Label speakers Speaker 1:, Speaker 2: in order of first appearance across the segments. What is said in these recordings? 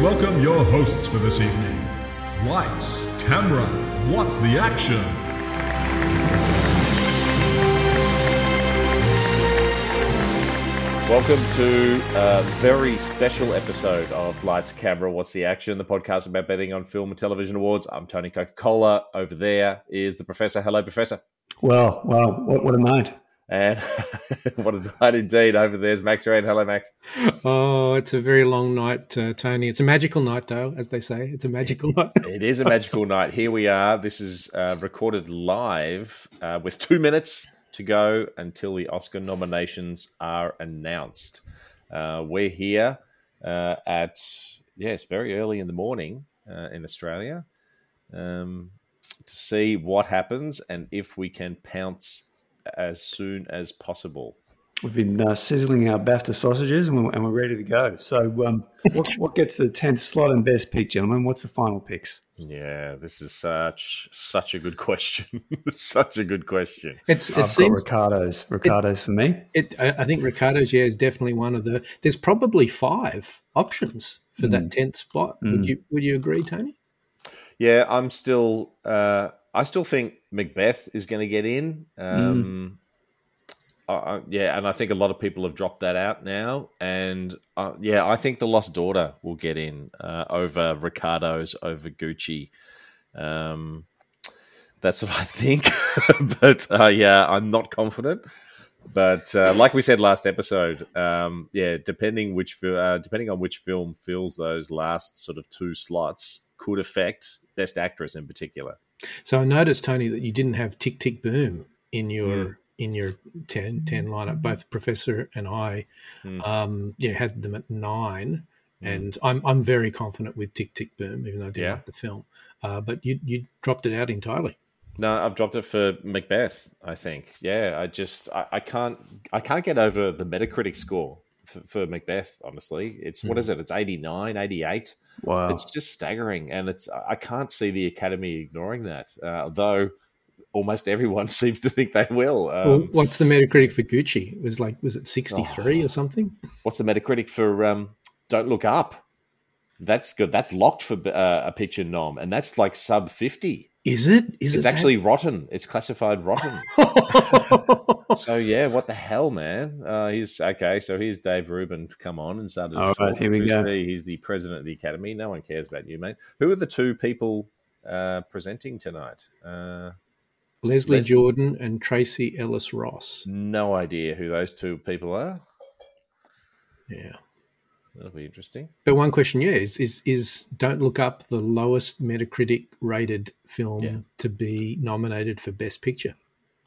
Speaker 1: welcome your hosts for this evening. Lights, camera, what's the action?
Speaker 2: Welcome to a very special episode of Lights Camera What's the Action, the podcast about betting on film and television awards. I'm Tony Coca Cola. Over there is the professor. Hello, professor.
Speaker 3: Well, well, what, what a night.
Speaker 2: And what a night indeed. Over there's Max Rain. Hello, Max.
Speaker 4: Oh, it's a very long night, uh, Tony. It's a magical night, though, as they say. It's a magical night.
Speaker 2: It is a magical night. Here we are. This is uh, recorded live uh, with two minutes to go until the Oscar nominations are announced. Uh, we're here uh, at, yes, very early in the morning uh, in Australia um, to see what happens and if we can pounce as soon as possible.
Speaker 3: We've been uh, sizzling our BAFTA sausages and we're, and we're ready to go. So, um, what, what gets the 10th slot and best pick, gentlemen? What's the final picks?
Speaker 2: Yeah, this is such such a good question. such a good question.
Speaker 4: It's it
Speaker 3: I've
Speaker 4: seems
Speaker 3: got Ricardo's. Ricardo's for me.
Speaker 4: it. I I think Ricardo's yeah is definitely one of the. There's probably five options for that tenth spot. Would you Would you agree, Tony?
Speaker 2: Yeah, I'm still. Uh, I still think Macbeth is going to get in. Um, I, I, yeah, and I think a lot of people have dropped that out now. And uh, yeah, I think the Lost Daughter will get in uh, over Ricardo's, over Gucci. Um, that's what I think. but uh, yeah, I'm not confident. But uh, like we said last episode, um, yeah, depending which fi- uh, depending on which film fills those last sort of two slots could affect Best Actress in particular.
Speaker 4: So I noticed, Tony, that you didn't have Tick Tick Boom in your in your 10, 10 lineup. Both Professor and I, um, yeah, had them at nine, and I'm I'm very confident with Tick Tick Boom, even though I didn't
Speaker 2: Yeah.
Speaker 4: like the film. Uh, but you you dropped it out entirely.
Speaker 2: No, I've dropped it for Macbeth. I think. Yeah, I just I, I can't I can't get over the Metacritic score for, for Macbeth. Honestly, it's what is it? It's 89, 88.
Speaker 3: Wow.
Speaker 2: It's just staggering, and it's I can't see the Academy ignoring that. Uh, though almost everyone seems to think they will. Um, Oh.
Speaker 4: Well, what's the Metacritic for Gucci? It was like, was it 63 or something?
Speaker 2: what's the Metacritic for um, Don't Look Up? That's good. That's locked for uh, a picture nom, and that's like sub fifty.
Speaker 4: Is it?
Speaker 2: It's
Speaker 4: Is it that-
Speaker 2: actually rotten. It's classified rotten. so yeah, what the hell, man? Uh, he's okay. So here's Dave Rubin to come on and start. to
Speaker 3: All right,
Speaker 2: talk.
Speaker 3: here we
Speaker 2: Who's
Speaker 3: go.
Speaker 2: he? He's the president of the academy. No one cares about you, mate. Who are the two people uh, presenting tonight? Uh,
Speaker 4: Leslie
Speaker 2: Leslie-
Speaker 4: Jordan and Tracy Ellis Ross.
Speaker 2: no idea who those two people are.
Speaker 4: Yeah.
Speaker 2: That'll be interesting.
Speaker 4: But one question, yeah, is is, is don't look up the lowest Metacritic rated film
Speaker 2: Yeah.
Speaker 4: to be nominated for Best Picture.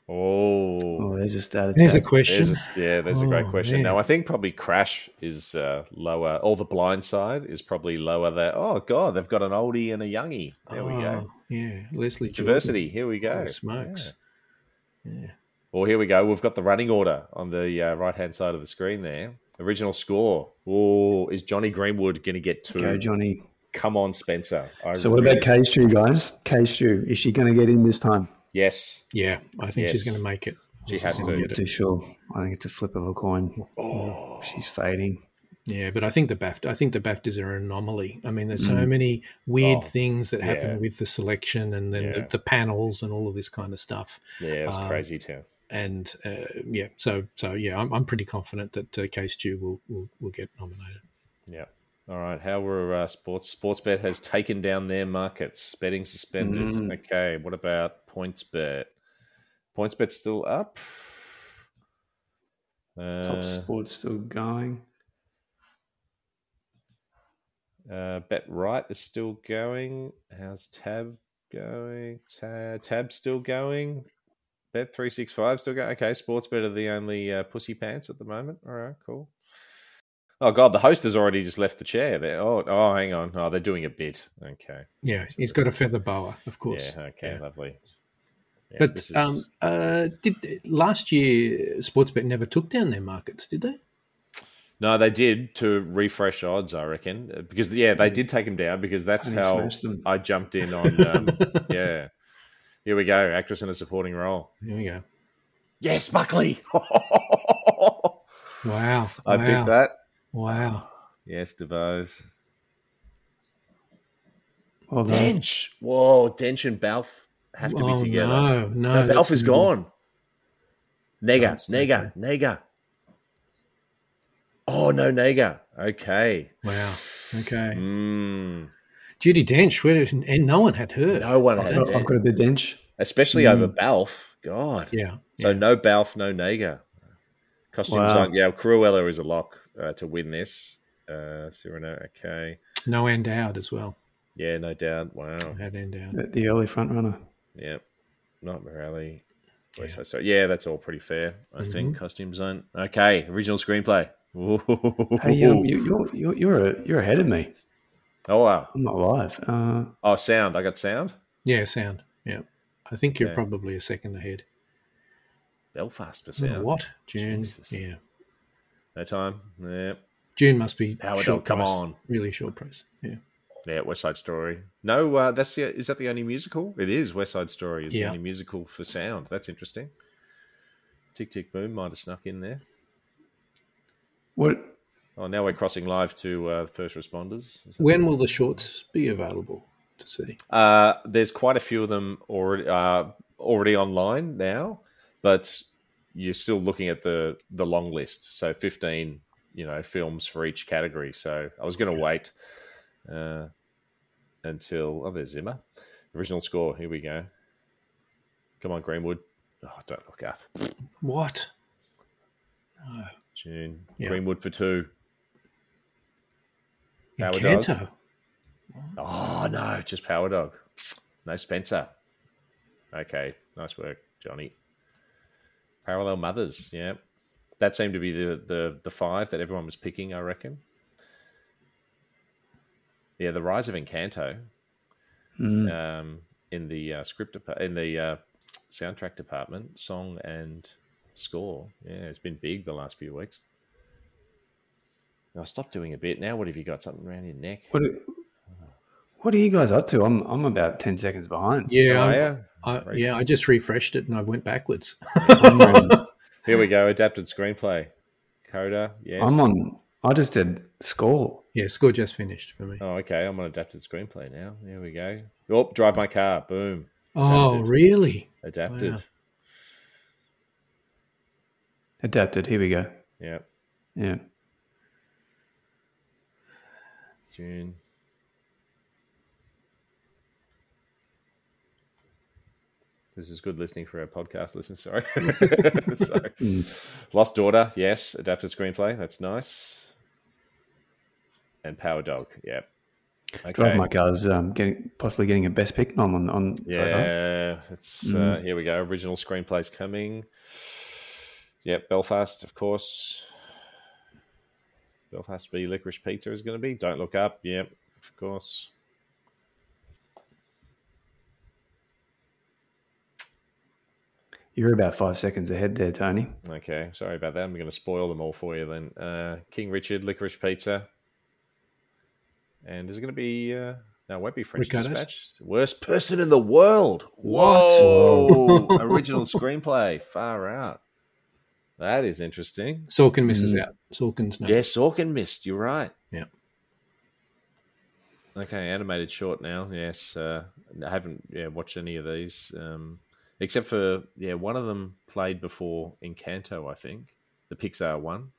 Speaker 2: Oh,
Speaker 3: Oh, there's a stat
Speaker 4: There's a
Speaker 3: attack.
Speaker 4: question.
Speaker 2: There's a, yeah, there's a great
Speaker 4: Oh,
Speaker 2: question.
Speaker 4: man.
Speaker 2: Now, I think probably Crash is uh, lower, or The Blind Side is probably lower there. Oh, God, they've got an oldie and a youngie. There we go.
Speaker 4: Oh, Yeah, Leslie Jordan.
Speaker 2: Diversity, here we go.
Speaker 4: Holy smokes.
Speaker 2: Or here we go. We've got the running order on the uh, right hand side of the screen there. Original score. Oh, is Johnny Greenwood going to get two?
Speaker 3: Go, Johnny.
Speaker 2: Come on, Spencer. I
Speaker 3: So, what about
Speaker 2: really-
Speaker 3: K Stew, guys? K Stew, is she going to get in this time?
Speaker 2: Yes,
Speaker 4: Yeah, I think
Speaker 2: Yes.
Speaker 4: she's going to make it.
Speaker 2: she has
Speaker 3: I'm not
Speaker 2: to.
Speaker 3: too sure. I think it's a flip of a coin. Oh, she's fading.
Speaker 4: Yeah, but I think the BAFTA, I think the BAFTAs are an anomaly. I mean, there's so many weird
Speaker 2: Oh,
Speaker 4: things that happen
Speaker 2: yeah.
Speaker 4: with the selection and then
Speaker 2: Yeah.
Speaker 4: the, the panels and all of this kind of stuff.
Speaker 2: Yeah, it's
Speaker 4: Um,
Speaker 2: crazy town.
Speaker 4: And uh, yeah, so so yeah, I'm, I'm pretty confident that uh, Case Stew will, will will get nominated.
Speaker 2: Yeah. All right. How were uh, sports? Sportsbet has taken down their markets. Betting suspended. Okay. What about PointsBet? PointsBet's still up.
Speaker 3: Top
Speaker 2: Uh,
Speaker 3: sport's still going.
Speaker 2: uh, Bet right is still going. How's Tab going? Tab, Tab's still going. Bet three six five still going. Okay, Sportsbet are the only uh, pussy pants at the moment. All right, cool. Oh god, the host has already just left the chair. There. Oh, oh, hang on. Oh, they're doing a bit. Okay.
Speaker 4: Yeah, he's got a feather boa, of course.
Speaker 2: Yeah. Okay.
Speaker 4: Yeah.
Speaker 2: Lovely. Yeah,
Speaker 4: But
Speaker 2: this is-
Speaker 4: um, uh, did last year Sportsbet never took down their markets, did they?
Speaker 2: no, they did to refresh odds. I reckon uh, because yeah, they did take him down because that's
Speaker 3: Tony
Speaker 2: how
Speaker 3: smashed them.
Speaker 2: I jumped in on. Um, yeah. Here we go. Actress in a supporting role.
Speaker 4: Here we go.
Speaker 2: Yes, Buckley.
Speaker 4: Wow.
Speaker 2: I
Speaker 4: wow.
Speaker 2: picked that.
Speaker 4: Wow.
Speaker 2: Yes, DeVos.
Speaker 3: Well done.
Speaker 2: Dench. Whoa, Dench and Balf have to be
Speaker 4: Oh,
Speaker 2: together.
Speaker 4: no, no,
Speaker 2: No, Balf
Speaker 4: that's
Speaker 2: is
Speaker 4: another-
Speaker 2: gone. Nega,
Speaker 4: That's
Speaker 2: Nega, Nega. Oh no, Nega. Okay.
Speaker 4: Wow. Okay.
Speaker 2: Mm.
Speaker 4: Judy Dench, where did, and no one had her.
Speaker 2: No one had
Speaker 3: I've got- I've
Speaker 2: Dench,
Speaker 3: got a bit dench.
Speaker 2: especially over Balf. God.
Speaker 4: Yeah.
Speaker 2: So no Balf, no Nega. Costumes
Speaker 3: Wow.
Speaker 2: aren't. Yeah, Cruella is a lock uh, to win this. Uh, Cyrano, okay.
Speaker 4: No Endowed as well.
Speaker 2: Yeah, no doubt. Wow.
Speaker 4: I had Endowed.
Speaker 3: The, the early front runner.
Speaker 2: Yeah. Nightmare Alley.
Speaker 4: Yeah.
Speaker 2: So, so yeah, that's all pretty fair. I think costume zone. Okay, original screenplay. Ooh.
Speaker 3: Hey, um, you, you're you're you're, a, you're ahead of me.
Speaker 2: oh wow.
Speaker 3: I'm not live. Uh,
Speaker 2: Oh, sound. I got sound.
Speaker 4: Yeah, sound. Yeah. I think you're
Speaker 2: Yeah.
Speaker 4: probably a second ahead.
Speaker 2: Belfast for
Speaker 4: Don't know
Speaker 2: sound.
Speaker 4: What? June.
Speaker 2: Jesus.
Speaker 4: Yeah.
Speaker 2: No time. Yeah.
Speaker 4: June must be
Speaker 2: Power
Speaker 4: short
Speaker 2: dog, come
Speaker 4: price.
Speaker 2: on.
Speaker 4: Really short price. Yeah.
Speaker 2: Yeah. West Side Story. No. Uh, that's the. Is that the only musical? It is. West Side Story is the
Speaker 4: Yeah.
Speaker 2: only musical for sound. That's interesting. Tick Tick Boom might have snuck in there.
Speaker 3: what?
Speaker 2: Oh, now we're crossing live to uh, first responders. Is that
Speaker 4: When will the shorts be available to see?
Speaker 2: Uh, there's quite a few of them already uh, already online now, but you're still looking at the the long list. So 15, you know, films for each category. So I was going to wait uh, until oh, there's Zimmer, original score. Here we go. Come on, Greenwood. Oh, don't look up.
Speaker 4: What?
Speaker 2: June
Speaker 4: Yeah.
Speaker 2: Greenwood for two.
Speaker 4: In
Speaker 2: Power dog.
Speaker 4: Canto.
Speaker 2: Oh no, just Power Dog. No Spencer. Okay, nice work, Johnny. Parallel Mothers, yeah. That seemed to be the, the, the five that everyone was picking, I reckon. Yeah, the rise of Encanto
Speaker 3: Mm.
Speaker 2: um, in the uh, script depa- in the uh, soundtrack department, song and score. Yeah, it's been big the last few weeks. Now, I stopped doing a bit. Now, what have you got? Something around your neck?
Speaker 3: What? are- What are you guys up to? I'm I'm about ten seconds behind.
Speaker 4: Yeah.
Speaker 2: Oh,
Speaker 4: I'm-
Speaker 2: yeah.
Speaker 4: I, yeah. I just refreshed it and I went backwards.
Speaker 3: I'm on,
Speaker 2: Here we go. Adapted screenplay. Coda. Yes.
Speaker 3: I'm on. I just did score.
Speaker 4: yeah. Score just finished for me.
Speaker 2: Oh, okay. I'm on adapted screenplay now. Here we go. Oh, drive my car. Boom.
Speaker 4: Oh,
Speaker 2: Adapted.
Speaker 4: really?
Speaker 2: Adapted.
Speaker 4: Wow.
Speaker 3: Adapted. Here we go.
Speaker 2: Yeah.
Speaker 3: Yeah.
Speaker 2: June. This is good listening for our podcast listeners. Sorry.
Speaker 3: Hmm.
Speaker 2: Sorry. Lost Daughter. Yes. Adapted screenplay. That's nice. And Power Dog. Yeah. Okay.
Speaker 3: Drive my car's um, getting possibly getting a best pick nom on on. so far.
Speaker 2: Yeah, it's uh, here we go. Original screenplays coming. Yep, Belfast, of course. Belfast v Licorice Pizza is going to be. Don't look up. Yep, of course.
Speaker 3: You're about five seconds ahead there, Tony.
Speaker 2: Okay, sorry about that. I'm going to spoil them all for you then. Uh, King Richard, Licorice Pizza, and is it going to be? Uh, no, it won't be French
Speaker 4: Ricardo's?
Speaker 2: Dispatch. Worst person in the world. Whoa! Original screenplay. Far out. That is interesting.
Speaker 4: Sorkin misses out. Sorkin's no.
Speaker 2: Mm. Yeah, Sorkin missed. You're right.
Speaker 4: Yeah.
Speaker 2: Okay, animated short now. Yes, uh, I haven't yeah, watched any of these um, except for yeah one of them played before Encanto, I think, the Pixar one.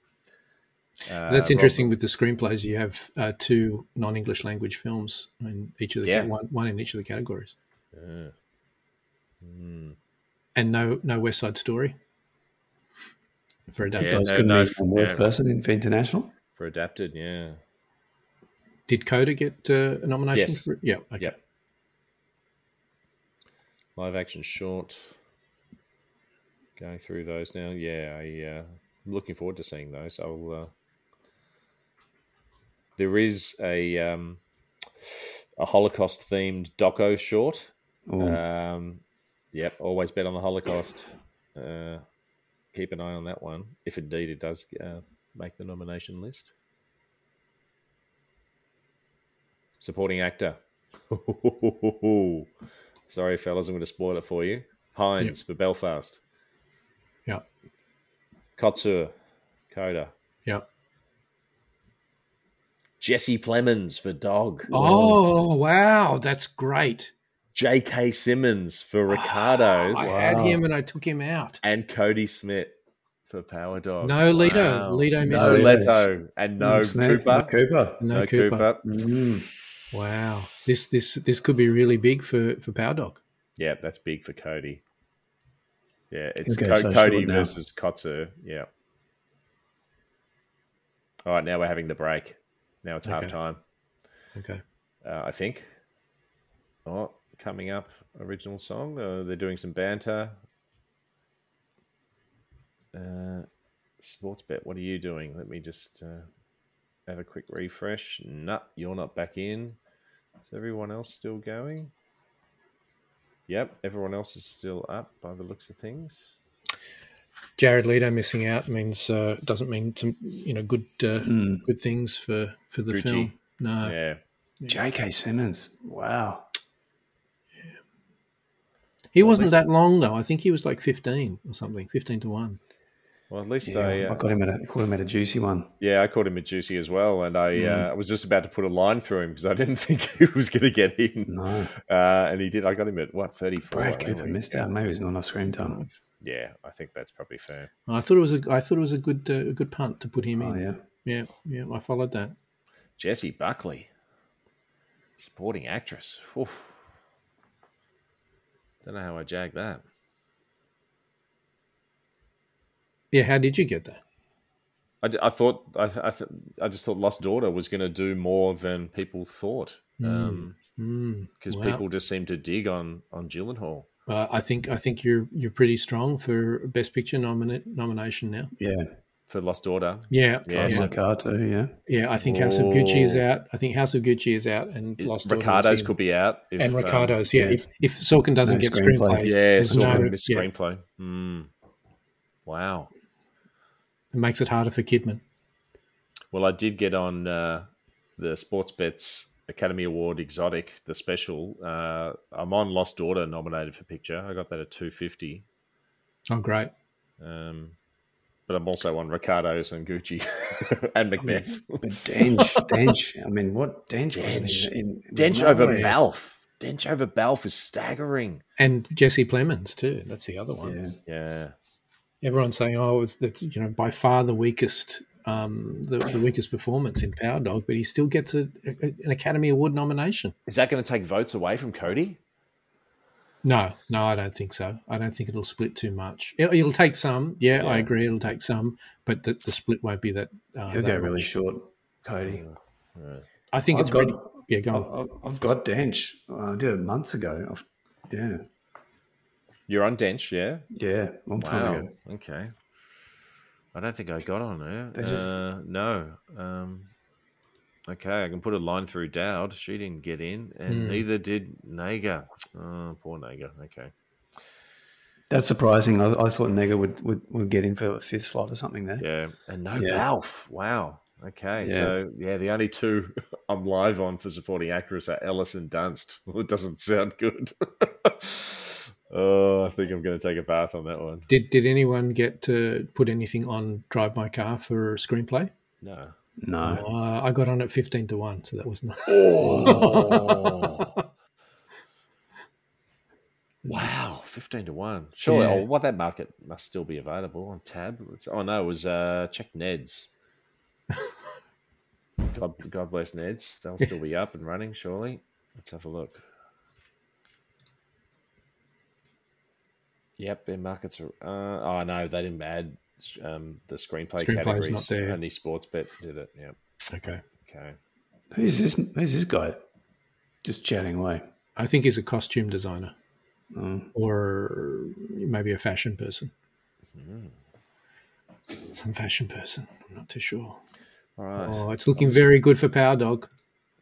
Speaker 2: Uh,
Speaker 4: That's
Speaker 2: Rob-
Speaker 4: interesting with the screenplays. You have uh, two non English language films in each of the
Speaker 2: Yeah.
Speaker 4: yeah. one, one in each of the categories.
Speaker 2: Yeah. Hmm.
Speaker 4: And no no West Side Story for adapted.
Speaker 2: Yeah,
Speaker 3: Guys
Speaker 2: no,
Speaker 3: couldn't
Speaker 2: no,
Speaker 3: be one worse
Speaker 2: yeah.
Speaker 3: person in for international.
Speaker 2: for adapted, yeah,
Speaker 4: Did Coda get uh, a nomination?
Speaker 2: Yes.
Speaker 4: For, yeah. Okay.
Speaker 2: Yep. live action short. Going through those now. Yeah, I, uh, I'm looking forward to seeing those. I'll. Uh, there is a um, a Holocaust themed doco short.
Speaker 3: Or
Speaker 2: Um, yep, always bet on the Holocaust. Uh, keep an eye on that one, if indeed it does uh, make the nomination list. Supporting actor. Sorry, fellas, I'm going to spoil it for you. Hines for Belfast.
Speaker 4: Yeah.
Speaker 2: Kotsur, Coda.
Speaker 4: Yeah.
Speaker 2: Jesse Plemons for dog.
Speaker 4: Oh wow, that's great.
Speaker 2: J.K. Simmons for Ricardo's.
Speaker 4: I had him and I took him out.
Speaker 2: And Cody Smith for Power Dog.
Speaker 4: No Lito.
Speaker 2: Oh, Wow.
Speaker 4: Lito missed
Speaker 2: No
Speaker 4: it.
Speaker 2: Leto. And no
Speaker 3: Smith,
Speaker 2: Cooper.
Speaker 3: no Cooper.
Speaker 4: No,
Speaker 2: No
Speaker 4: Cooper.
Speaker 2: Cooper.
Speaker 3: Mm.
Speaker 4: Wow, this this this could be really big for for Power Dog.
Speaker 2: Yeah, that's big for Cody. Yeah, it's
Speaker 3: Okay,
Speaker 2: Co-
Speaker 3: so
Speaker 2: Cody
Speaker 3: short now.
Speaker 2: versus Kotzer. Yeah. All right, now we're having the break. Now it's
Speaker 4: Okay.
Speaker 2: half time,
Speaker 4: Okay.
Speaker 2: uh, I think. Oh, coming up, original song. Uh, they're doing some banter. Uh, sports bet. What are you doing? Let me just uh, have a quick refresh. Nah, you're not back in. Is everyone else still going? Yep, everyone else is still up by the looks of things.
Speaker 4: Jared Leto missing out means uh, doesn't mean some you know good uh,
Speaker 3: Mm.
Speaker 4: good things for for the
Speaker 2: Hmm. Gucci.
Speaker 4: film.
Speaker 3: Uh,
Speaker 4: No,
Speaker 2: yeah,
Speaker 3: J.K. Simmons. Wow.
Speaker 4: he wasn't that long though. I think he was like fifteen or something, fifteen to one.
Speaker 2: well, at least
Speaker 3: Yeah,
Speaker 2: I uh,
Speaker 3: I got him at a caught him at a juicy one.
Speaker 2: Yeah, I caught him at Juicy as well, and I
Speaker 3: Hmm.
Speaker 2: uh, I was just about to put a line through him because I didn't think he was going to get in,
Speaker 3: No,
Speaker 2: uh, and he did. I got him at what thirty four.
Speaker 3: Brad Cooper missed out. Maybe it's not enough screen time.
Speaker 2: Yeah, I think that's probably fair.
Speaker 4: I thought it was a I thought it was a good uh, a good punt to put him
Speaker 3: Oh
Speaker 4: in.
Speaker 3: yeah.
Speaker 4: yeah, yeah, I followed that.
Speaker 2: Jessie Buckley, supporting actress. Oof. Don't know how I jagged that.
Speaker 4: Yeah, how did you get that?
Speaker 2: I, d- I thought I th- I, th- I just thought Lost Daughter was going to do more than people thought
Speaker 4: Hmm.
Speaker 2: because
Speaker 4: Mm. Wow.
Speaker 2: people just seem to dig on on Gyllenhaal.
Speaker 4: Uh, I think I think you're you're pretty strong for best picture nomina- nomination now.
Speaker 3: Yeah.
Speaker 2: For Lost Daughter,
Speaker 4: Yeah,
Speaker 2: Yeah,
Speaker 4: yeah,
Speaker 3: That's
Speaker 2: so-
Speaker 4: yeah.
Speaker 3: my card too, yeah.
Speaker 4: I think House of Gucci is
Speaker 2: Oh.
Speaker 4: out. I think House of Gucci is out, and Lost Daughter was
Speaker 2: Ricardo's
Speaker 4: in.
Speaker 2: could be out. If,
Speaker 4: and
Speaker 2: um,
Speaker 4: Ricardo's. yeah,
Speaker 3: yeah.
Speaker 4: if if Sorkin doesn't
Speaker 3: No
Speaker 4: get
Speaker 3: screenplay.
Speaker 4: screenplay,
Speaker 2: Yeah,
Speaker 4: there's
Speaker 2: sort of
Speaker 4: no-
Speaker 2: missed
Speaker 4: yeah,
Speaker 2: screenplay. Mm. Wow.
Speaker 4: it makes it harder for Kidman.
Speaker 2: Well, I did get on uh, the Sports Bets Academy Award Exotic, the special. Uh, I'm on Lost Daughter, nominated for picture. I got that at 250.
Speaker 4: Oh, great.
Speaker 2: Um, but I'm also on Ricardo's and Gucci and Macbeth.
Speaker 3: But Dench, Dench. I mean, what Dench was in, in, was
Speaker 2: Dench
Speaker 3: nowhere.
Speaker 2: over Balf. Dench over Balf is staggering.
Speaker 4: And Jesse Plemons too. That's the other one.
Speaker 3: Yeah.
Speaker 2: Yeah.
Speaker 4: Everyone's saying, "Oh, it's that's you know by far the weakest, um, the, the weakest performance in Power Dog," but he still gets a, a, an Academy Award nomination.
Speaker 2: Is that going to take votes away from Cody?
Speaker 4: No, no, I don't think so. I don't think it'll split too much. It, it'll take some. Yeah, I
Speaker 2: Yeah.
Speaker 4: agree. It'll take some, but the, the split won't be that. Uh,
Speaker 3: He'll
Speaker 4: that
Speaker 3: go really
Speaker 4: much.
Speaker 3: short, Cody.
Speaker 4: I think
Speaker 3: I've
Speaker 4: it's
Speaker 3: got-
Speaker 4: pretty. Yeah, go on.
Speaker 3: I've, I've- I've got Dench. Oh, I did it months ago. I've, yeah.
Speaker 2: You're on Dench, yeah?
Speaker 3: Yeah. Long time
Speaker 2: Wow.
Speaker 3: ago.
Speaker 2: Okay. I don't think I got on her.
Speaker 3: They just-
Speaker 2: Uh, no. Um, okay, I can put a line through Dowd. She didn't get in, and
Speaker 4: Hmm.
Speaker 2: neither did Naga. Oh, poor Naga. Okay.
Speaker 3: That's surprising. I, I thought Nega would, would, would get in for the fifth slot or something there.
Speaker 2: Yeah. And no
Speaker 3: Yeah.
Speaker 2: Balf. Wow. Okay.
Speaker 3: Yeah.
Speaker 2: So, yeah, the only two I'm live on for supporting actress are Ellis and Dunst. Well, it doesn't sound good. oh, I think I'm going to take a bath on that one.
Speaker 4: Did Did anyone get to put anything on Drive My Car for screenplay?
Speaker 2: No.
Speaker 3: No.
Speaker 4: Uh, I got on at fifteen to one, so that was not.
Speaker 2: Oh. Wow, fifteen to one. Surely,
Speaker 4: Yeah.
Speaker 2: oh, well, that market must still be available on tab. Let's, oh no, it was uh, check Ned's. God, God bless Ned's. They'll still be up and running. Surely, let's have a look. Yep, their markets are. Uh, oh no, they didn't add um, the screenplay
Speaker 4: Screenplay's
Speaker 2: categories.
Speaker 4: not there.
Speaker 2: Only sports bet did it. Yep.
Speaker 4: okay.
Speaker 2: Okay.
Speaker 3: Who's this? Who's this guy? Just chatting away.
Speaker 4: I think he's a costume designer
Speaker 3: Oh.
Speaker 2: Mm.
Speaker 4: or maybe a fashion person.
Speaker 2: Mm.
Speaker 4: Some fashion person. I'm not too sure.
Speaker 2: All right.
Speaker 4: Oh, it's looking very good for Power Dog.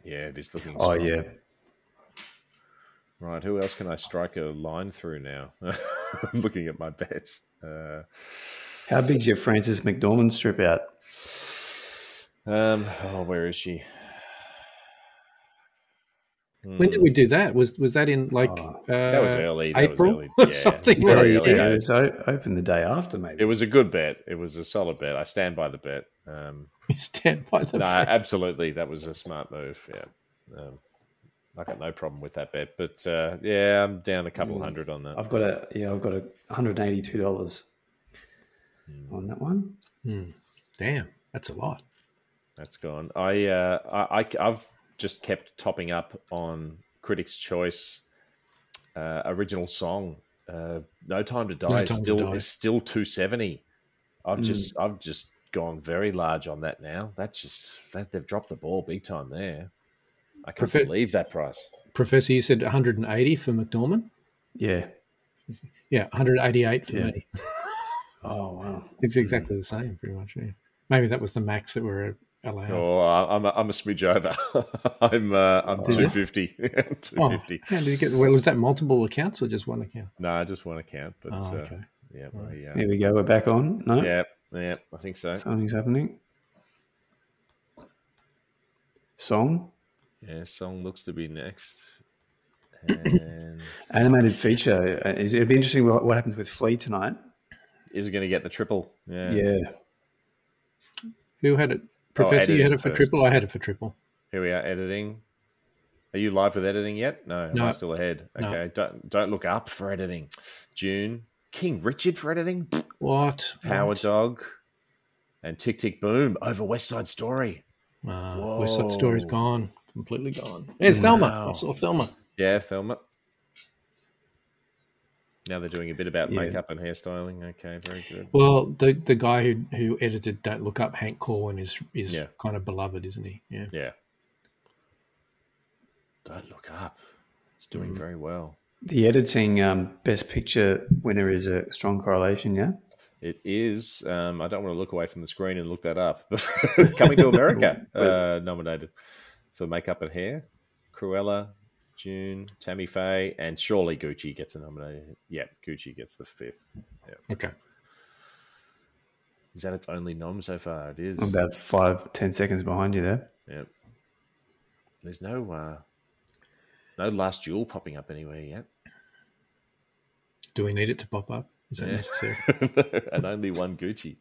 Speaker 2: Yeah, it is looking.
Speaker 3: Oh,
Speaker 2: strong.
Speaker 3: yeah.
Speaker 2: Right, who else can I strike a line through now? I'm looking at my bets. Uh,
Speaker 3: How big's your Francis McDormand strip out?
Speaker 2: um, oh, where is she?
Speaker 4: When did we do that? Was Was that in like
Speaker 3: Oh,
Speaker 2: Mm.
Speaker 4: uh,
Speaker 2: That was early. That
Speaker 4: April
Speaker 2: was early.
Speaker 4: or
Speaker 2: Yeah.
Speaker 4: something?
Speaker 2: Very
Speaker 4: Like-
Speaker 3: Yeah,
Speaker 2: early
Speaker 3: it
Speaker 2: days.
Speaker 3: was o- open the day after,
Speaker 2: It
Speaker 3: maybe.
Speaker 2: was a good bet. It was a solid bet. I stand by the bet. Um,
Speaker 4: is down by the
Speaker 2: No,
Speaker 4: vote.
Speaker 2: absolutely. That was a smart move. Yeah. Um, I got no problem with that bet. But uh, yeah, I'm down a couple hundred on that.
Speaker 3: I've got a yeah, I've got a hundred and eighty two dollars on that one.
Speaker 4: Damn, that's a lot.
Speaker 2: That's gone. I, uh, I, I I've just kept topping up on Critics' Choice uh, original song. Uh, no time to die
Speaker 4: Time
Speaker 2: is
Speaker 4: to
Speaker 2: still
Speaker 4: Die. Hmm.
Speaker 2: is still two seventy. I've just I've just gone very large on that now. That's just that they've dropped the ball big time there. I can't
Speaker 4: Profe-
Speaker 2: believe that price.
Speaker 4: Professor, you said 180 for McDormand.
Speaker 3: Yeah.
Speaker 4: Yeah, 188 for
Speaker 3: Yeah.
Speaker 4: me.
Speaker 3: Oh wow.
Speaker 4: It's exactly the same, pretty much. Yeah. Maybe that was the max that we're allowed.
Speaker 2: Oh, I- I'm a, I'm a smidge over. I'm uh, I'm
Speaker 3: Did you?
Speaker 2: two fifty. Two
Speaker 4: Oh,
Speaker 2: fifty.
Speaker 4: how did you get? Well, was that multiple accounts or just one account?
Speaker 2: No, I just want to count, but
Speaker 4: Oh,
Speaker 2: uh,
Speaker 4: okay.
Speaker 2: yeah, I, uh,
Speaker 3: Here we go. We're back on. No,
Speaker 2: yeah, yeah, I think so.
Speaker 3: something's happening. Song,
Speaker 2: Yeah, song looks to be next. And
Speaker 3: animated feature. Uh, is- It'd be interesting what, what happens with Flea tonight.
Speaker 2: is it going to get the triple? Yeah.
Speaker 3: Yeah.
Speaker 4: Who had it?
Speaker 2: Oh,
Speaker 4: Professor,
Speaker 2: edited
Speaker 4: you had it for
Speaker 2: first.
Speaker 4: triple. I had it for triple.
Speaker 2: Here we are editing. Are you live with editing yet? No,
Speaker 4: No.
Speaker 2: I'm still ahead.
Speaker 4: No.
Speaker 2: Okay, don't don't look up for editing. June King Richard for editing.
Speaker 4: What?
Speaker 2: Power
Speaker 4: What?
Speaker 2: Dog and Tick Tick Boom over West Side Story.
Speaker 4: Uh, West Side Story's
Speaker 2: Whoa.
Speaker 4: gone, completely gone. There's Thelma. I saw Thelma.
Speaker 2: Yeah, film it. Now they're doing a bit about
Speaker 3: Yeah.
Speaker 2: makeup and hairstyling. Okay, very good.
Speaker 4: Well, the the guy who who edited Don't Look Up, Hank Corwin, is is
Speaker 2: Yeah.
Speaker 4: kind of beloved, isn't he? Yeah.
Speaker 2: Yeah. Don't look up. It's doing
Speaker 4: Mm.
Speaker 2: very well.
Speaker 3: The editing um, best picture winner is a strong correlation. Yeah.
Speaker 2: It is. Um, I don't want to look away from the screen and look that up. But Coming to America, uh, nominated for makeup and hair. Cruella, June, Tammy Faye, and surely Gucci gets a nominated. Yeah, Gucci gets the fifth.
Speaker 4: Okay.
Speaker 2: Is that its only nom so far? It is.
Speaker 3: I'm about five, ten seconds behind you there.
Speaker 2: Yep. There's no uh, no last duel popping up anywhere yet,
Speaker 4: Do we need it to pop up? Is that necessary?
Speaker 2: and only one Gucci.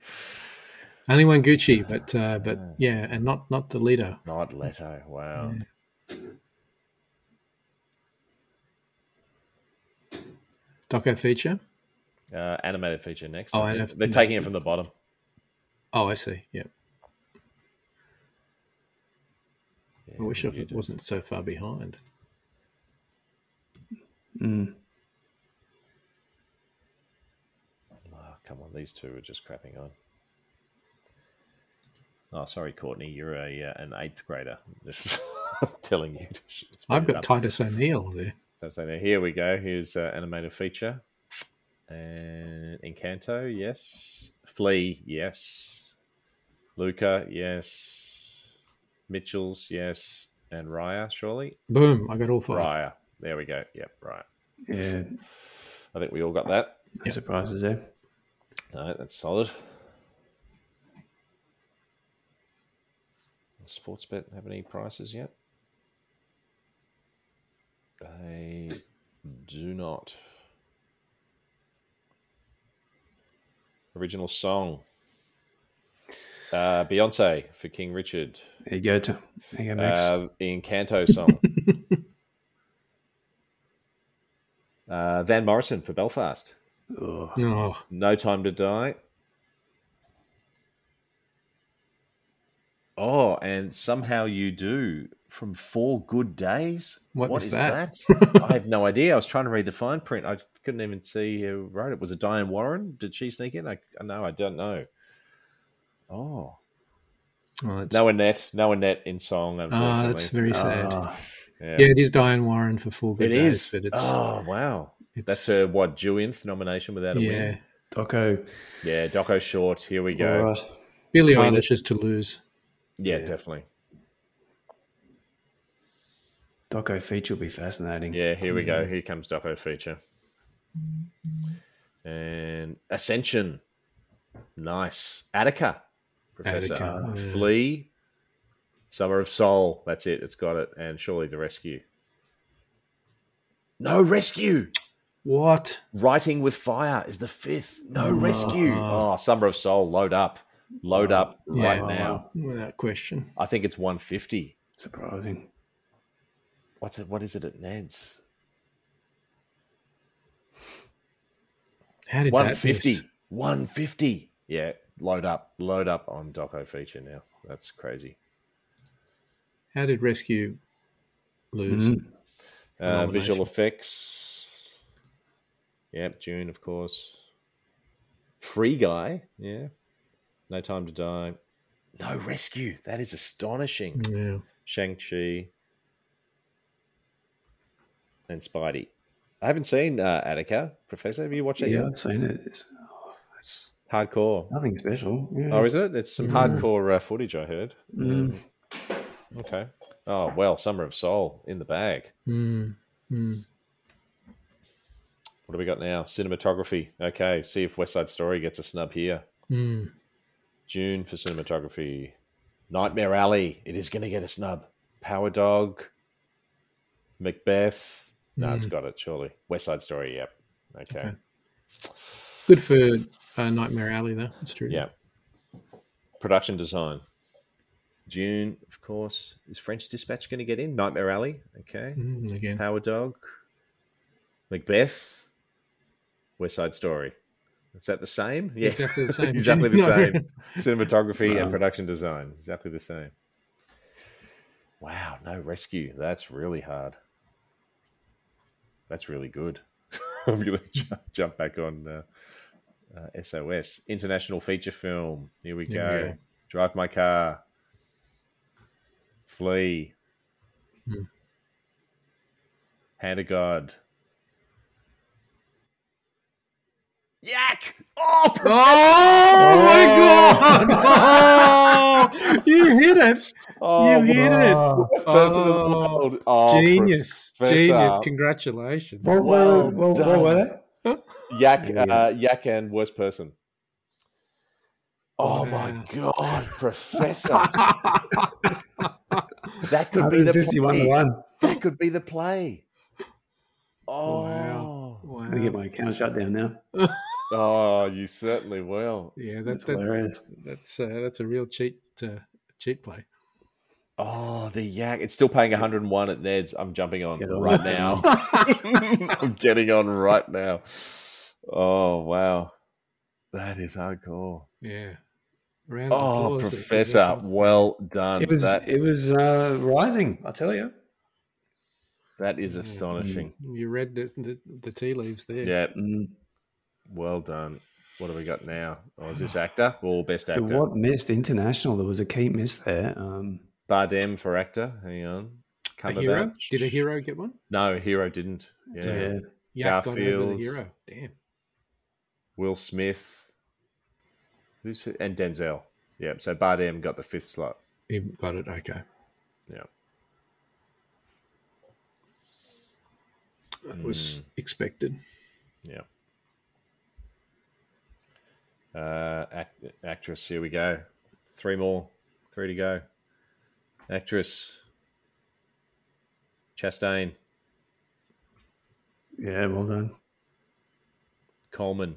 Speaker 4: Only one Gucci, but uh, but yeah, and not not the leader.
Speaker 2: Not Leto. Wow.
Speaker 4: Mm. Doco feature.
Speaker 2: Uh, animated feature next.
Speaker 4: Oh,
Speaker 2: I
Speaker 4: and
Speaker 2: think.
Speaker 4: if-
Speaker 2: they're taking it from the bottom.
Speaker 4: Oh, I see. Yeah. I wish I
Speaker 2: you
Speaker 4: could- wasn't so far behind.
Speaker 2: Oh, come on, these two are just crapping on. Oh, sorry, Courtney, you're a uh, an eighth grader. Just telling you. to sh- speed
Speaker 4: I've
Speaker 2: it
Speaker 4: got
Speaker 2: up.
Speaker 4: Titus O'Neill there.
Speaker 2: So I'm saying there, here we go. Here's uh, animated feature. And Encanto, yes. Flea, yes. Luca, yes. Mitchell's, yes. And Raya, surely.
Speaker 4: Boom! I got all five.
Speaker 2: Raya. There we go. Yep, right.
Speaker 3: Yeah.
Speaker 2: I think we all got that.
Speaker 3: No surprises there.
Speaker 2: No, that's solid. Sports bet have any prices yet? They do not. Original song. Uh, Beyonce for King Richard.
Speaker 3: There you go. Tom. There you go, Max.
Speaker 2: Uh, Encanto song. uh, Van Morrison for Belfast.
Speaker 3: Ugh.
Speaker 4: No,
Speaker 2: No Time to Die. Oh, and somehow you do from Four Good Days.
Speaker 4: What is that?
Speaker 2: that? I have no idea. I was trying to read the fine print. I couldn't even see who wrote it. Was it Diane Warren? Did she sneak in? I no, I don't know. Oh,
Speaker 4: oh, that's,
Speaker 2: no Annette, no Annette in song.
Speaker 4: ah,
Speaker 2: Unfortunately,
Speaker 4: that's very sad.
Speaker 3: Ah,
Speaker 2: yeah.
Speaker 4: yeah, it is Diane Warren for Four Good
Speaker 2: it
Speaker 4: Days,
Speaker 2: is.
Speaker 4: but it's
Speaker 2: oh wow,
Speaker 4: it's-
Speaker 2: that's her what Jewinth nomination without a
Speaker 4: Yeah,
Speaker 2: win.
Speaker 3: Doco.
Speaker 2: Yeah, Doco Short. Here we go.
Speaker 3: All right.
Speaker 4: Billie Eilish is to lose.
Speaker 2: yeah, definitely.
Speaker 3: Doco feature will be fascinating.
Speaker 2: Yeah, here we go. Here comes Doco feature. And Ascension. Nice. Attica. Professor.
Speaker 4: Attica, yeah.
Speaker 2: Flea. Summer of Soul. That's it. It's got it. And surely the rescue. No rescue.
Speaker 4: What?
Speaker 2: Ah, Writing with fire is the fifth. No rescue. Oh, Summer of Soul. Load up. Load up right
Speaker 4: Uh-huh. Yeah.
Speaker 2: now.
Speaker 4: Without question.
Speaker 2: I think it's 150.
Speaker 3: Surprising.
Speaker 2: What's it? What is it at Neds?
Speaker 4: How did that miss?
Speaker 2: 150. 150. Yeah, load up. Load up on Doco feature now. That's crazy.
Speaker 4: How did Rescue lose?
Speaker 2: Uh,
Speaker 4: Phenomenal.
Speaker 2: visual effects. Yep, June, of course. Free Guy. Yeah. No Time to Die. No Rescue. That is astonishing.
Speaker 4: Yeah.
Speaker 2: Shang-Chi, and Spidey. I haven't seen uh, Attica. Professor, have you watched it
Speaker 3: Yeah,
Speaker 2: yet?
Speaker 3: I've seen it. It's, oh, it's
Speaker 2: Hardcore.
Speaker 3: nothing special. Yeah.
Speaker 2: Oh, is it? It's some hardcore uh, footage I heard. Um,
Speaker 3: Mm.
Speaker 2: Okay. Oh, well, Summer of Soul in the bag.
Speaker 4: Mm, mm.
Speaker 2: What do we got now? Cinematography. Okay, see if West Side Story gets a snub here.
Speaker 4: Mm.
Speaker 2: June for cinematography. Nightmare Alley. It is going to get a snub. Power Dog. Macbeth. No, it's got it, surely. West Side Story, yep. okay.
Speaker 4: Good for uh, Nightmare Alley, though. That's true.
Speaker 2: Yeah. Production design. June, of course. Is French Dispatch going to get in? Nightmare Alley. Okay.
Speaker 4: Mm, again.
Speaker 2: Power Dog. Macbeth. West Side Story. Is that the same? Yes.
Speaker 4: Exactly the same.
Speaker 2: exactly the
Speaker 4: No.
Speaker 2: same. Cinematography and production design. Exactly the same. Wow. No rescue. That's really hard. That's really good. I'm going to ju- jump back on. Uh, uh, SOS international feature film. Here we
Speaker 4: Here we
Speaker 2: go.
Speaker 4: go.
Speaker 2: Drive my car. Flee.
Speaker 4: Hmm.
Speaker 2: Hand of God. Yak. Oh,
Speaker 4: Oh my god! you hit it!
Speaker 2: oh,
Speaker 4: you hit it!
Speaker 2: worst person in the
Speaker 4: Oh,
Speaker 2: world. Oh,
Speaker 4: Genius!
Speaker 2: Professor.
Speaker 4: Genius! Congratulations!
Speaker 3: What,
Speaker 2: Well
Speaker 3: well, well,
Speaker 2: done.
Speaker 3: well, were they?
Speaker 2: Yak,
Speaker 3: Yeah.
Speaker 2: uh, yak, and worst person. Oh my god, Professor! that could be the
Speaker 3: 151 to
Speaker 2: play.
Speaker 3: 1.
Speaker 2: That could be the play. Oh,
Speaker 4: Wow.
Speaker 3: I'm going to get
Speaker 4: Wow.
Speaker 3: my account shut down now.
Speaker 2: oh, you certainly will.
Speaker 4: Yeah,
Speaker 3: That's
Speaker 4: that's that,
Speaker 3: hilarious.
Speaker 4: that's uh, that's a real cheat uh, cheat play.
Speaker 2: Oh, the yak! It's still paying 101 at Ned's. I'm jumping on
Speaker 3: Get on.
Speaker 2: right now. I'm getting on right now. Oh wow, that is hardcore.
Speaker 4: Yeah. Round of
Speaker 2: Oh,
Speaker 4: applause to
Speaker 2: Professor, well done.
Speaker 3: It was,
Speaker 2: that
Speaker 3: it was uh, rising, I tell you.
Speaker 2: that
Speaker 4: Mm,
Speaker 2: is astonishing.
Speaker 4: You read the, the, the tea leaves there.
Speaker 2: Yeah,
Speaker 3: Mm.
Speaker 2: well done. What have we got now? Oh, is this actor or best
Speaker 3: But
Speaker 2: actor?
Speaker 3: what missed international? There was a key miss there. Um,
Speaker 2: Bardem for actor. Hang on.
Speaker 4: A hero?
Speaker 2: Cumberbatch.
Speaker 4: Did a hero get one?
Speaker 2: No, hero didn't.
Speaker 3: yeah.
Speaker 2: yeah.
Speaker 4: Yeah, got over the
Speaker 2: Garfield.
Speaker 4: hero. Damn.
Speaker 2: Will Smith, who's and Denzel. Yeah, so Bardem got the fifth slot.
Speaker 4: He got it. Okay.
Speaker 2: Yeah, Hmm.
Speaker 4: That was expected.
Speaker 2: yeah. Uh, act- actress, here we go. Three more, three to go. Actress, Chastain,
Speaker 3: yeah, well done.
Speaker 2: Coleman,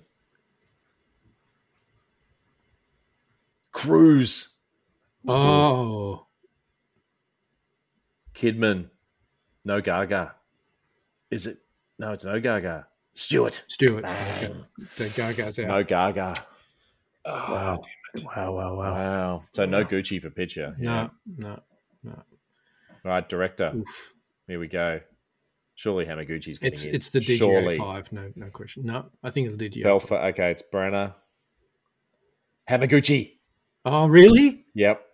Speaker 2: Cruz,
Speaker 4: Oh,
Speaker 2: Kidman, no Gaga. Is it? No, it's no Gaga. Stewart.
Speaker 4: Stuart. Okay. So Gaga's out.
Speaker 2: No Gaga. Oh,
Speaker 3: Wow. Wow, wow,
Speaker 4: Oh.
Speaker 3: wow.
Speaker 2: Wow. So no Gucci for picture.
Speaker 4: No, no, no.
Speaker 2: All right, director.
Speaker 4: Oof.
Speaker 2: Here we go. Surely Hamaguchi's getting
Speaker 4: It's
Speaker 2: in.
Speaker 4: it's the DGO
Speaker 2: Surely.
Speaker 4: five. No, no question. No, I think it'll DGO.
Speaker 2: Belfa. Okay, it's Brenner. Hamaguchi.
Speaker 4: Oh, really?
Speaker 2: Yep.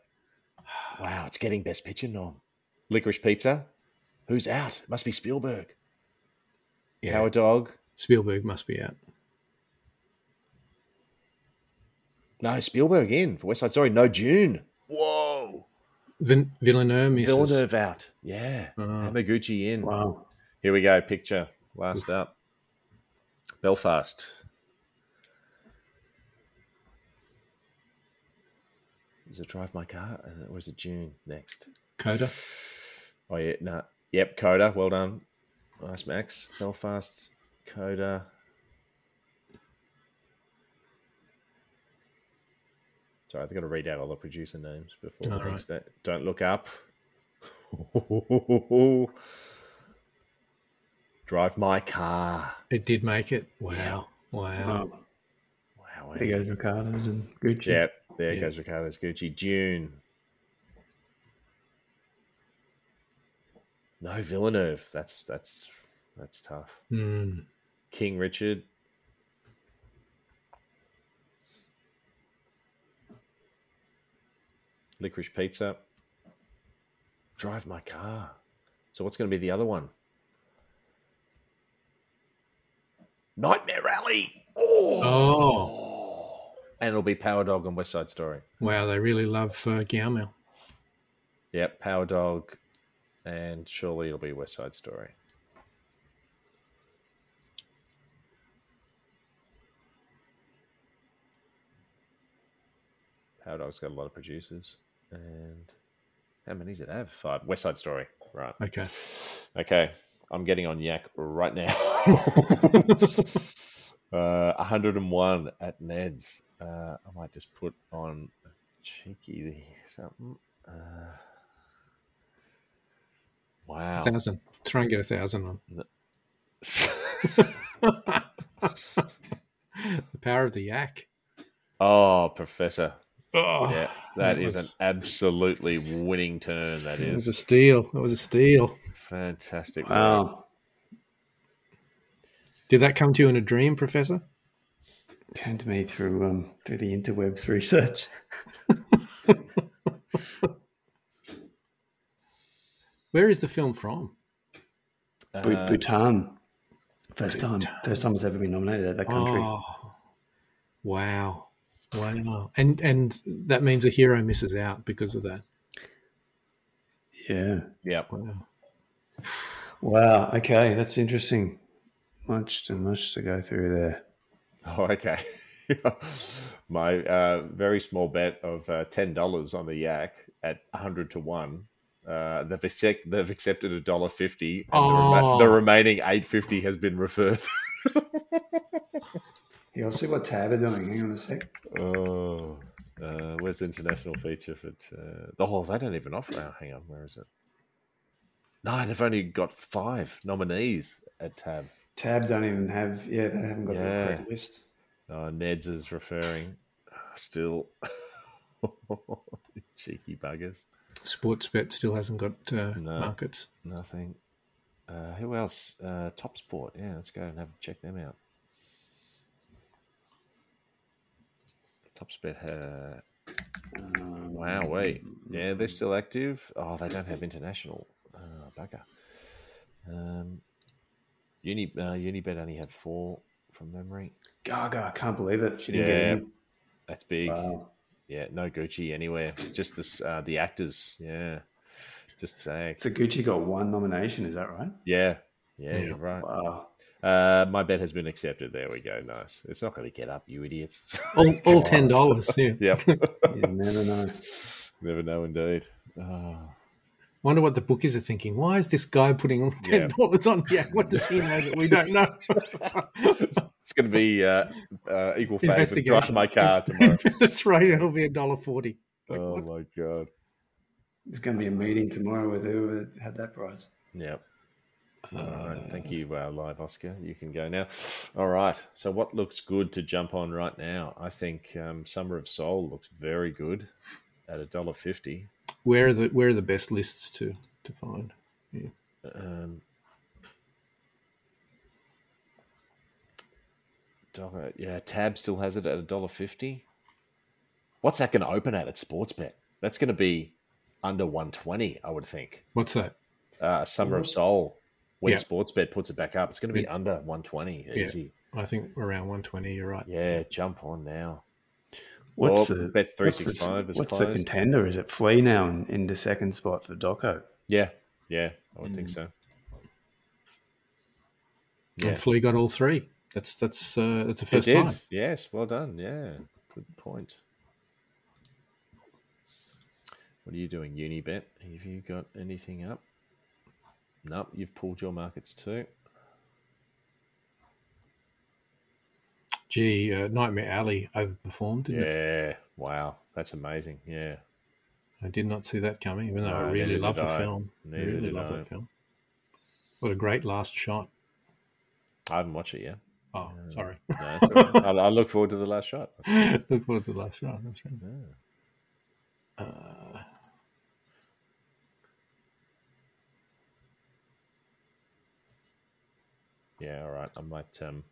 Speaker 2: Wow, it's getting best picture nom. Licorice Pizza. Who's out? It must be Spielberg.
Speaker 4: Yeah.
Speaker 2: Power Dog.
Speaker 4: Spielberg must be out.
Speaker 2: No, Spielberg in for West Side Story. No June. Whoa.
Speaker 4: Vin- Villeneuve misses.
Speaker 2: Villeneuve out. Yeah.
Speaker 4: Oh.
Speaker 2: Hamaguchi in.
Speaker 3: Wow.
Speaker 2: Here we go. Picture last up. Belfast. Is it Drive My Car? And was it June next?
Speaker 4: Coda.
Speaker 2: Oh yeah, no. Yep, Coda. Well done. Nice, Max. Belfast, Coda. Sorry, they're going to read out all the producer names before
Speaker 4: All
Speaker 2: things that don't look up. Drive my car.
Speaker 4: It did make it. Wow. Wow.
Speaker 3: Um,
Speaker 2: Wow.
Speaker 3: there goes Ricardo's and Gucci.
Speaker 2: Yep, there
Speaker 4: Yeah.
Speaker 2: goes Ricardo's Gucci. June. No Villeneuve. That's that's that's tough.
Speaker 4: Mm.
Speaker 2: King Richard. Licorice pizza. Drive my car. So what's going to be the other one? Nightmare Alley.
Speaker 4: Oh,
Speaker 2: And it'll be Power Dog and West Side Story.
Speaker 4: wow. They really love uh, Gaumel.
Speaker 2: Yep, Power Dog, and surely it'll be West Side Story. Power Dog's got a lot of producers, and how many does it have? Five. West Side Story, right?
Speaker 4: Okay.
Speaker 2: Okay, I'm getting on yak right now. uh, 101 at Ned's. Uh, I might just put on cheeky something. Uh,
Speaker 4: A
Speaker 2: wow.
Speaker 4: thousand. Try and get a thousand on. The power of the yak.
Speaker 2: oh, Professor.
Speaker 4: Oh,
Speaker 2: Yeah, that
Speaker 4: that
Speaker 2: is
Speaker 4: was-
Speaker 2: an absolutely winning turn. That
Speaker 4: It was
Speaker 2: is
Speaker 4: a steal. It was a steal.
Speaker 2: fantastic. Uh, work.
Speaker 3: Wow.
Speaker 4: Did that come to you in a dream, Professor?
Speaker 3: Came to me through um, through the interwebs research.
Speaker 4: Where is the film from?
Speaker 3: Bu-
Speaker 2: Uh,
Speaker 3: Bhutan. First time. First time it's ever been nominated at that country.
Speaker 4: Oh, wow, wow! And and that means a hero misses out because of that.
Speaker 3: Yeah.
Speaker 2: yep.
Speaker 4: Wow.
Speaker 3: Wow. Okay. That's interesting. Much and much to go through there.
Speaker 2: Oh, okay. My uh, very small bet of uh, ten dollars on the yak at hundred to one. Uh, they've, accept- they've accepted a dollar fifty, and the,
Speaker 4: Oh.
Speaker 2: rema- the remaining eight fifty has been referred.
Speaker 3: Yeah, I'll see what Tab are doing. Hang on a sec.
Speaker 2: oh, uh, where's the international feature for? T- uh, oh, they don't even offer. Oh, hang on, where is it? No, they've only got five nominees at tab.
Speaker 3: Tab don't even have. Yeah, they haven't got
Speaker 2: Yeah.
Speaker 3: the correct list.
Speaker 2: Oh, Ned's is referring Ah, still. Cheeky buggers.
Speaker 4: Sportsbet still hasn't got uh,
Speaker 2: No.
Speaker 4: markets.
Speaker 2: Nothing. Uh, who else? Uh, Top Sport. Yeah, let's go and have check them out. Top Sport. Uh, wow, wait. Yeah, they're still active. Oh, they don't have international. Oh, bugger. Um, Uni uh, Unibet only had four from memory.
Speaker 3: Gaga, I can't believe it. She didn't get
Speaker 2: Yeah.
Speaker 3: in.
Speaker 2: That's big.
Speaker 3: Wow.
Speaker 2: Yeah, no Gucci anywhere. Just this, uh, the actors. Yeah, just saying.
Speaker 3: So Gucci got one nomination. Is that right?
Speaker 2: Yeah, yeah,
Speaker 4: Yeah.
Speaker 2: you're right.
Speaker 3: Wow.
Speaker 2: Uh, my bet has been accepted. There we go. Nice. It's not going to get up, you idiots.
Speaker 4: All, all ten dollars. Yeah.
Speaker 2: yep.
Speaker 3: You never know.
Speaker 2: Never know, indeed. Oh.
Speaker 4: Wonder what the bookies are thinking. Why is this guy putting
Speaker 2: Yeah.
Speaker 4: ten dollars on yak? What does he know that we don't know?
Speaker 2: It's going to be uh, uh, equal fame with drive
Speaker 4: Investigation.
Speaker 2: my car tomorrow.
Speaker 4: That's right. It'll be a dollar forty. Like,
Speaker 2: oh
Speaker 4: what?
Speaker 2: my god.
Speaker 3: There's going to be a meeting tomorrow with whoever had that prize.
Speaker 2: Yep. All right. Thank you, uh, live Oscar. You can go now. All right. So, what looks good to jump on right now? I think um, Summer of Soul looks very good at a dollar fifty.
Speaker 4: Where are the where are the best lists to to find?
Speaker 2: Um, dollar, uh, yeah, Tab still has it at a dollar fifty. What's that going to open at at Sportsbet? That's going to be under one twenty, I would think.
Speaker 4: What's that?
Speaker 2: Uh, Summer of Soul, when
Speaker 4: Yeah.
Speaker 2: Sportsbet puts it back up, it's going to be
Speaker 4: Yeah.
Speaker 2: under one twenty.
Speaker 4: Yeah.
Speaker 2: Easy.
Speaker 4: I think around one twenty. You're right.
Speaker 2: Yeah, jump on now.
Speaker 3: What's
Speaker 2: Well,
Speaker 3: the
Speaker 2: Bet
Speaker 3: what's the-
Speaker 2: 365 is
Speaker 3: What's the
Speaker 2: closed.
Speaker 3: contender? Is it Flea now in, in the second spot for Doco?
Speaker 2: Yeah, yeah, I would
Speaker 4: Hmm.
Speaker 2: think so. Yeah.
Speaker 4: And Flea got all three. That's that's uh, that's the
Speaker 2: It
Speaker 4: first
Speaker 2: did.
Speaker 4: time.
Speaker 2: Yes, well done. Yeah, good point. What are you doing, Unibet? Have you got anything up? Nope, you've pulled your markets too.
Speaker 4: Gee, uh, Nightmare Alley overperformed, didn't it?
Speaker 2: Yeah, Wow, that's amazing. Yeah,
Speaker 4: I did not see that coming, even though
Speaker 2: No,
Speaker 4: I really
Speaker 2: neither
Speaker 4: love
Speaker 2: did
Speaker 4: the
Speaker 2: I.
Speaker 4: film.
Speaker 2: Neither
Speaker 4: really
Speaker 2: did
Speaker 4: love
Speaker 2: I.
Speaker 4: that film. What a great last shot.
Speaker 2: I haven't watched it yet.
Speaker 4: Oh, sorry.
Speaker 2: No, it's all right. I, I look forward to the last shot.
Speaker 4: Look forward to the last shot. That's right. Uh,
Speaker 2: Yeah, all right. I might. Um...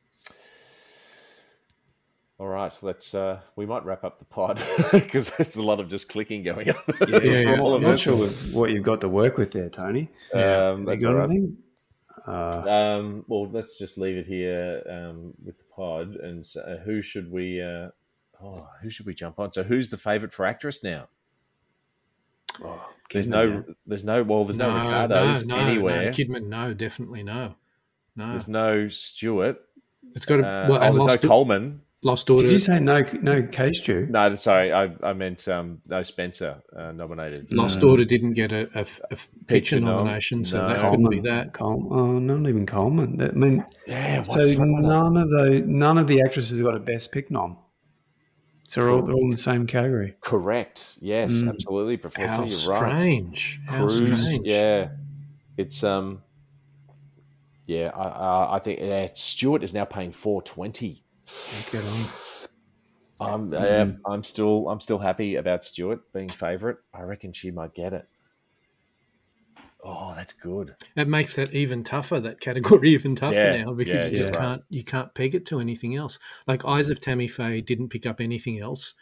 Speaker 2: All right, let's. Uh, we might wrap up the pod because there's a lot of just clicking going on.
Speaker 3: Yeah,
Speaker 4: yeah, yeah.
Speaker 2: all
Speaker 3: I'm
Speaker 2: of
Speaker 3: not
Speaker 2: us.
Speaker 3: sure what- what you've got to work with there, Tony.
Speaker 4: Yeah.
Speaker 2: um,
Speaker 3: Have
Speaker 2: that's
Speaker 3: you
Speaker 2: all
Speaker 3: got
Speaker 2: right.
Speaker 3: anything? Uh,
Speaker 2: Um, well, let's just leave it here um, with the pod. And s- uh, who should we? Uh, oh, who should we jump on? So, who's the favourite for actress now?
Speaker 3: oh,
Speaker 2: There's
Speaker 3: Kidman,
Speaker 2: no,
Speaker 3: yeah.
Speaker 2: there's no. Well, there's no, Ricardos anywhere.
Speaker 4: No, Kidman, no, definitely no. No,
Speaker 2: There's no Stewart.
Speaker 4: it's got to.
Speaker 2: Uh,
Speaker 4: well,
Speaker 2: oh,
Speaker 4: and
Speaker 2: there's no
Speaker 4: lost,
Speaker 2: Coleman.
Speaker 4: lost Daughter.
Speaker 3: Did you say no? No case Jew?
Speaker 2: No, sorry, I, I meant um, no Spencer uh, nominated.
Speaker 4: Lost
Speaker 3: No.
Speaker 4: Daughter didn't get a, a f- a f- picture
Speaker 2: Picture nom-
Speaker 4: nomination, so
Speaker 2: no.
Speaker 4: that
Speaker 3: Coleman.
Speaker 4: couldn't be that.
Speaker 3: Col- oh, not even Coleman. That- I mean,
Speaker 2: Yeah, what's
Speaker 3: so
Speaker 2: wrong with that?
Speaker 3: none of the none of the actresses have got a best pick nom. So they're all, they're all in the same category.
Speaker 2: Correct. Yes,
Speaker 3: Mm.
Speaker 2: absolutely, Professor.
Speaker 4: How
Speaker 2: you're right.
Speaker 4: strange! How
Speaker 2: Cruise.
Speaker 4: strange!
Speaker 2: Yeah, it's um. Yeah, I, I, I think uh, Stewart is now paying four twenty.
Speaker 4: Get on.
Speaker 2: I'm uh,
Speaker 3: Mm.
Speaker 2: I'm still I'm still happy about Stewart being favourite. I reckon she might get it. Oh, that's good.
Speaker 4: It makes that even tougher. That category even tougher
Speaker 2: Yeah,
Speaker 4: now because
Speaker 2: yeah,
Speaker 4: you just
Speaker 2: yeah.
Speaker 4: can't you can't peg it to anything else. Like Eyes of Tammy Faye didn't pick up anything else.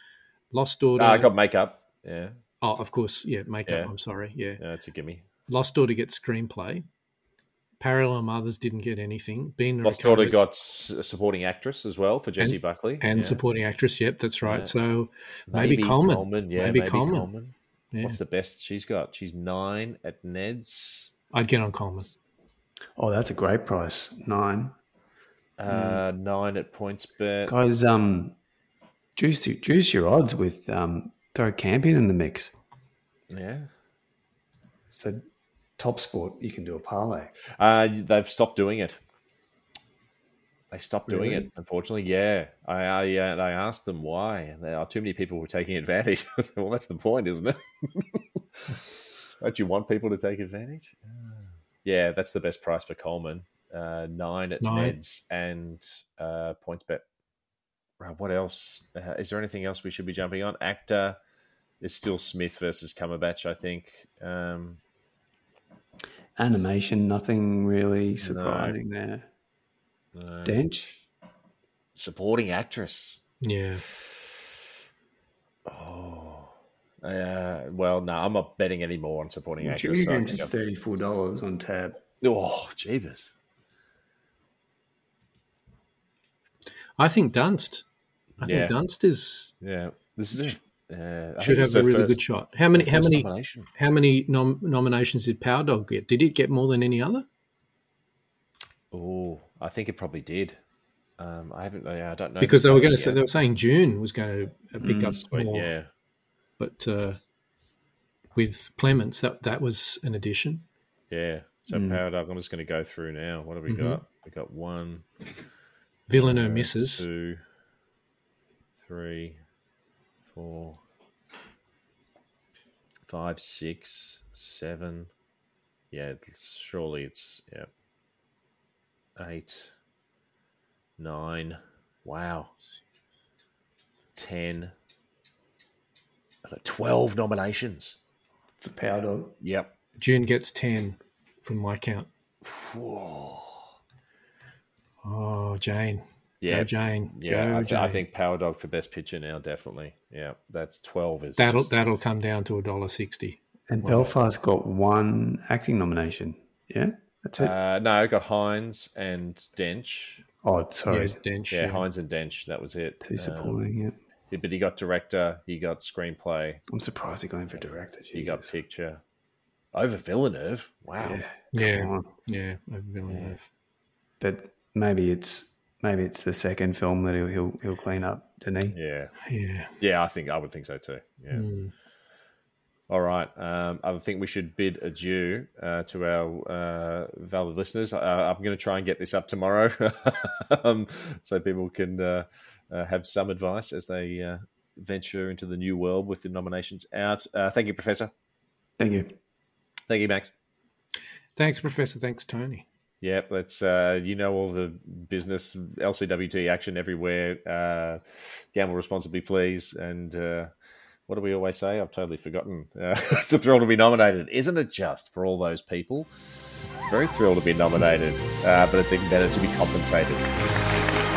Speaker 4: Lost Daughter.
Speaker 2: Ah, I got makeup. Yeah,
Speaker 4: oh, of course, yeah, makeup.
Speaker 2: Yeah.
Speaker 4: I'm sorry, yeah.
Speaker 2: yeah, that's a gimme.
Speaker 4: Lost Daughter gets screenplay. Parallel Mothers didn't get anything. Being
Speaker 2: Lost Daughter got s- supporting actress as well for Jesse Buckley
Speaker 4: and
Speaker 2: Yeah.
Speaker 4: supporting actress. Yep, that's right.
Speaker 2: Yeah.
Speaker 4: So maybe, Coleman.
Speaker 2: Yeah,
Speaker 4: Maybe
Speaker 2: maybe,
Speaker 4: Coleman.
Speaker 2: Coleman.
Speaker 4: Yeah.
Speaker 2: What's the best she's got? She's nine at Ned's.
Speaker 4: I'd get on Coleman.
Speaker 3: Oh, that's a great price. Nine
Speaker 4: Mm.
Speaker 2: Uh, Nine at points bet.
Speaker 3: guys. Um, juice juice your odds with um throw camping in the mix.
Speaker 2: Yeah.
Speaker 3: So top sport, you can do a parlay.
Speaker 2: Uh, they've stopped doing it. They stopped doing
Speaker 3: Really?
Speaker 2: it, unfortunately. Yeah, I I, uh, and I asked them why, and there are too many people were taking advantage. I said, well, that's the point, isn't it? Don't you want people to take advantage? Uh, Yeah, that's the best price for Coleman. Uh, nine at
Speaker 4: Nine.
Speaker 2: Ned's and uh, points bet. Right, what else? Uh, is there anything else we should be jumping on? Actor is still Smith versus Cumberbatch, I think. Um,
Speaker 3: Animation, nothing really surprising there.
Speaker 2: uh,
Speaker 3: Dench.
Speaker 2: supporting actress.
Speaker 4: Yeah,
Speaker 2: Oh. Uh, well, no, I'm not betting any more on supporting actress.
Speaker 3: Jimmy
Speaker 2: so I
Speaker 3: Dench
Speaker 2: think
Speaker 3: is
Speaker 2: I'm-
Speaker 3: thirty four dollars on tab.
Speaker 2: oh, jeebus.
Speaker 4: I think Dunst. I
Speaker 2: Yeah.
Speaker 4: think Dunst is
Speaker 2: Yeah, this is it. Uh, I
Speaker 4: should
Speaker 2: think it's
Speaker 4: have a
Speaker 2: her
Speaker 4: really
Speaker 2: first-
Speaker 4: good shot. How many?
Speaker 2: her
Speaker 4: How
Speaker 2: first
Speaker 4: many?
Speaker 2: nomination.
Speaker 4: How many nom- nominations did Power Dog get? Did it get more than any other?
Speaker 2: Oh, I think it probably did. Um, I haven't. Yeah, I don't know
Speaker 4: Because they were going to
Speaker 2: Yeah.
Speaker 4: say they were saying June was going to pick up
Speaker 2: Wait,
Speaker 4: more,
Speaker 2: yeah,
Speaker 4: but uh, with Clements that that was an addition.
Speaker 2: yeah. So
Speaker 4: Hmm.
Speaker 2: powered up. I'm just going to go through now. What have we
Speaker 4: Mm-hmm.
Speaker 2: got? We got one,
Speaker 4: Villeneuve misses.
Speaker 2: two, three, four, five, six, seven. Yeah, it's, surely it's yeah. Eight, nine. Wow. Ten. Twelve nominations.
Speaker 3: for Power Dog.
Speaker 2: Yep.
Speaker 4: June gets ten from my count.
Speaker 2: Whoa.
Speaker 4: Oh, Jane,
Speaker 2: Yeah.
Speaker 4: go Jane,
Speaker 2: Yeah,
Speaker 4: go
Speaker 2: I, th-
Speaker 4: Jane.
Speaker 2: I think Power Dog for best picture now, definitely. Yeah, that's twelve. Is
Speaker 4: that'll
Speaker 2: just-
Speaker 4: that'll come down to a dollar sixty.
Speaker 3: And Belfast got one acting nomination. Yeah, that's it.
Speaker 2: Uh, no, I got Hines and Dench.
Speaker 3: oh, sorry,
Speaker 4: Yes, Dench.
Speaker 2: Yeah,
Speaker 4: Yeah,
Speaker 2: Hines and Dench. That was it.
Speaker 3: too
Speaker 2: Um,
Speaker 3: supporting. yeah,
Speaker 2: yeah, but he got director. He got screenplay.
Speaker 3: I'm surprised he got in for director.
Speaker 2: He got
Speaker 3: Jesus.
Speaker 2: picture. Over Villeneuve. Wow.
Speaker 3: Yeah, come
Speaker 4: yeah,
Speaker 3: on.
Speaker 4: yeah. over Villeneuve.
Speaker 3: but maybe it's maybe it's the second film that he'll he'll, he'll clean up, didn't he?
Speaker 2: Yeah.
Speaker 4: Yeah.
Speaker 2: Yeah. I think I would think so too. Yeah.
Speaker 4: Mm.
Speaker 2: All right. Um, I think we should bid adieu uh, to our uh, valid listeners. Uh, I'm going to try and get this up tomorrow um, so people can uh, uh, have some advice as they uh, venture into the new world with the nominations out. Uh, thank you, Professor.
Speaker 3: Thank you.
Speaker 2: Thank you, Max.
Speaker 4: Thanks, Professor. Thanks, Tony.
Speaker 2: Yep, that's uh, you know all the business LCWT action everywhere. Uh, gamble responsibly, please. And uh, what do we always say? I've totally forgotten. Uh, it's a thrill to be nominated, isn't it? Just for all those people, it's a very thrill to be nominated, uh, but it's even better to be compensated.